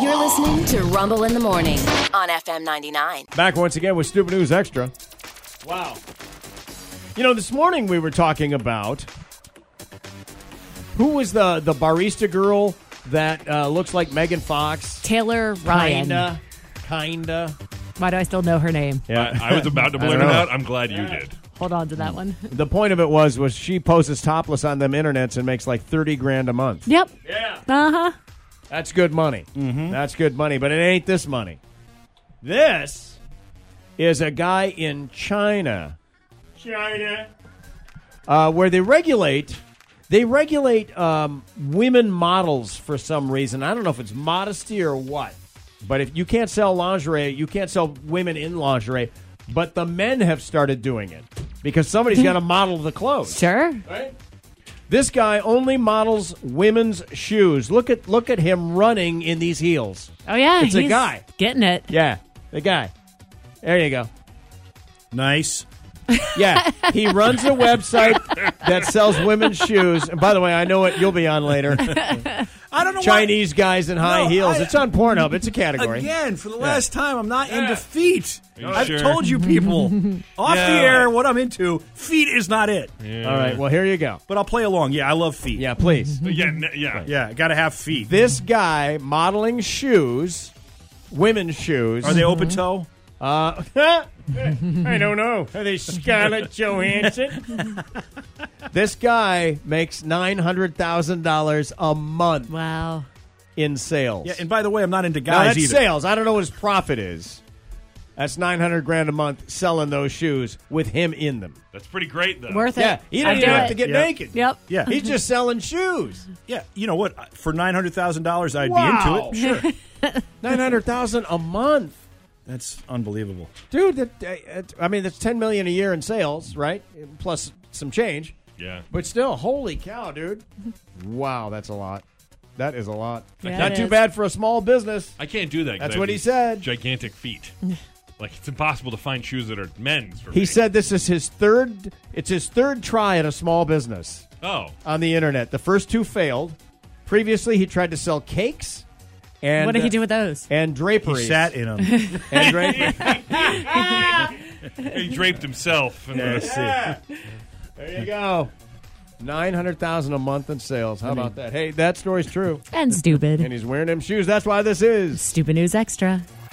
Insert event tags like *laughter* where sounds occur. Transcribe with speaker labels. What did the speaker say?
Speaker 1: You're listening to Rumble in the Morning on FM 99.
Speaker 2: Back once again with Stupid News Extra. Wow. You know, this morning we were talking about who was the, the barista girl that uh, looks like Megan Fox?
Speaker 3: Taylor Ryan.
Speaker 2: Kinda. Kinda.
Speaker 3: Why do I still know her name?
Speaker 4: I, I was about to blurt it
Speaker 2: know.
Speaker 4: out. I'm glad you did.
Speaker 3: Hold on to that one.
Speaker 2: The point of it was was she poses topless on them internets and makes like 30 grand a month.
Speaker 3: *laughs* Yep.
Speaker 2: Yeah.
Speaker 3: Uh huh.
Speaker 2: That's good money. That's good money, but it ain't this money. This is a guy in China. China. Uh, where they regulate, they regulate um, women models for some reason. I don't know if it's modesty or what, but if you can't sell lingerie, you can't sell women in lingerie. But the men have started doing it because somebody's got to model the clothes.
Speaker 3: Sure.
Speaker 2: This guy only models women's shoes. Look at look at him running in these heels.
Speaker 3: Oh yeah.
Speaker 2: It's a
Speaker 3: he's
Speaker 2: guy.
Speaker 3: Getting it.
Speaker 2: Yeah, the guy. There you go.
Speaker 5: Nice.
Speaker 2: Yeah,
Speaker 5: *laughs*
Speaker 2: he runs a website that sells women's shoes. And by the way, I know what you'll be on
Speaker 5: *laughs*
Speaker 2: later.
Speaker 5: I don't know why-
Speaker 2: Chinese guys in high
Speaker 5: No,
Speaker 2: heels.
Speaker 5: I-
Speaker 2: it's on Pornhub. It's a category.
Speaker 5: Again, for the last time, I'm not into feet.
Speaker 4: you
Speaker 5: I've
Speaker 4: sure?
Speaker 5: told you
Speaker 2: *laughs*
Speaker 5: people off
Speaker 4: Yeah.
Speaker 5: the air what I'm into. Feet is not it.
Speaker 2: All right. Well, here you go.
Speaker 5: But I'll play along. Yeah, I love feet.
Speaker 2: Yeah,
Speaker 5: *laughs*
Speaker 2: please.
Speaker 4: Yeah, n- yeah.
Speaker 5: yeah, gotta have feet.
Speaker 2: This guy modeling shoes, women's shoes.
Speaker 5: Are they open
Speaker 2: Mhm.
Speaker 5: toe?
Speaker 2: Uh, I don't know. Are they Scarlett Johansson? *laughs* this guy makes nine hundred thousand dollars a month
Speaker 3: Wow.
Speaker 2: in sales.
Speaker 5: Yeah, and by the way, I'm not into
Speaker 2: now,
Speaker 5: guys
Speaker 2: that's
Speaker 5: either.
Speaker 2: sales. I don't know what his profit is. That's nine hundred grand a month selling those shoes with him in them.
Speaker 4: That's pretty great, though.
Speaker 3: Worth
Speaker 2: Yeah,
Speaker 3: it.
Speaker 2: he
Speaker 3: I
Speaker 2: didn't even
Speaker 3: do
Speaker 2: have
Speaker 3: it.
Speaker 2: to get
Speaker 5: Yeah.
Speaker 2: naked.
Speaker 3: Yep. *laughs*
Speaker 5: Yeah.
Speaker 2: he's just selling shoes.
Speaker 5: Yeah, you know what? For nine hundred thousand dollars, I'd
Speaker 2: Wow. *laughs*
Speaker 5: be into it. Sure,
Speaker 2: Nine hundred thousand a month,
Speaker 5: that's unbelievable.
Speaker 2: dude. That, uh, it- I mean, that's ten million a year in sales, right? Plus some change.
Speaker 4: Yeah.
Speaker 2: But still, holy cow, dude. *laughs* Wow, that's a lot. That is a lot.
Speaker 3: Yeah,
Speaker 2: Not
Speaker 3: it
Speaker 2: too
Speaker 3: is.
Speaker 2: bad for a small business.
Speaker 4: I can't do that. 'cause
Speaker 2: That's
Speaker 4: I have
Speaker 2: what he
Speaker 4: these
Speaker 2: said.
Speaker 4: Gigantic feet. like it's impossible to find shoes that are men's. For
Speaker 2: He
Speaker 4: me.
Speaker 2: said this is his third it's his third try at a small business
Speaker 4: "Oh,
Speaker 2: on the internet. The first two failed. Previously, he tried to sell cakes and
Speaker 3: What did he
Speaker 2: uh,
Speaker 3: do with those?
Speaker 2: and
Speaker 5: He
Speaker 2: draperies.
Speaker 5: sat
Speaker 4: *laughs*
Speaker 5: in them.
Speaker 2: and draperies.
Speaker 4: he draped himself." And
Speaker 2: there you go. 900,000 a month in sales. How about that? Hey, that story's true.
Speaker 3: And stupid.
Speaker 2: And he's wearing them shoes. That's why this is
Speaker 3: stupid news extra.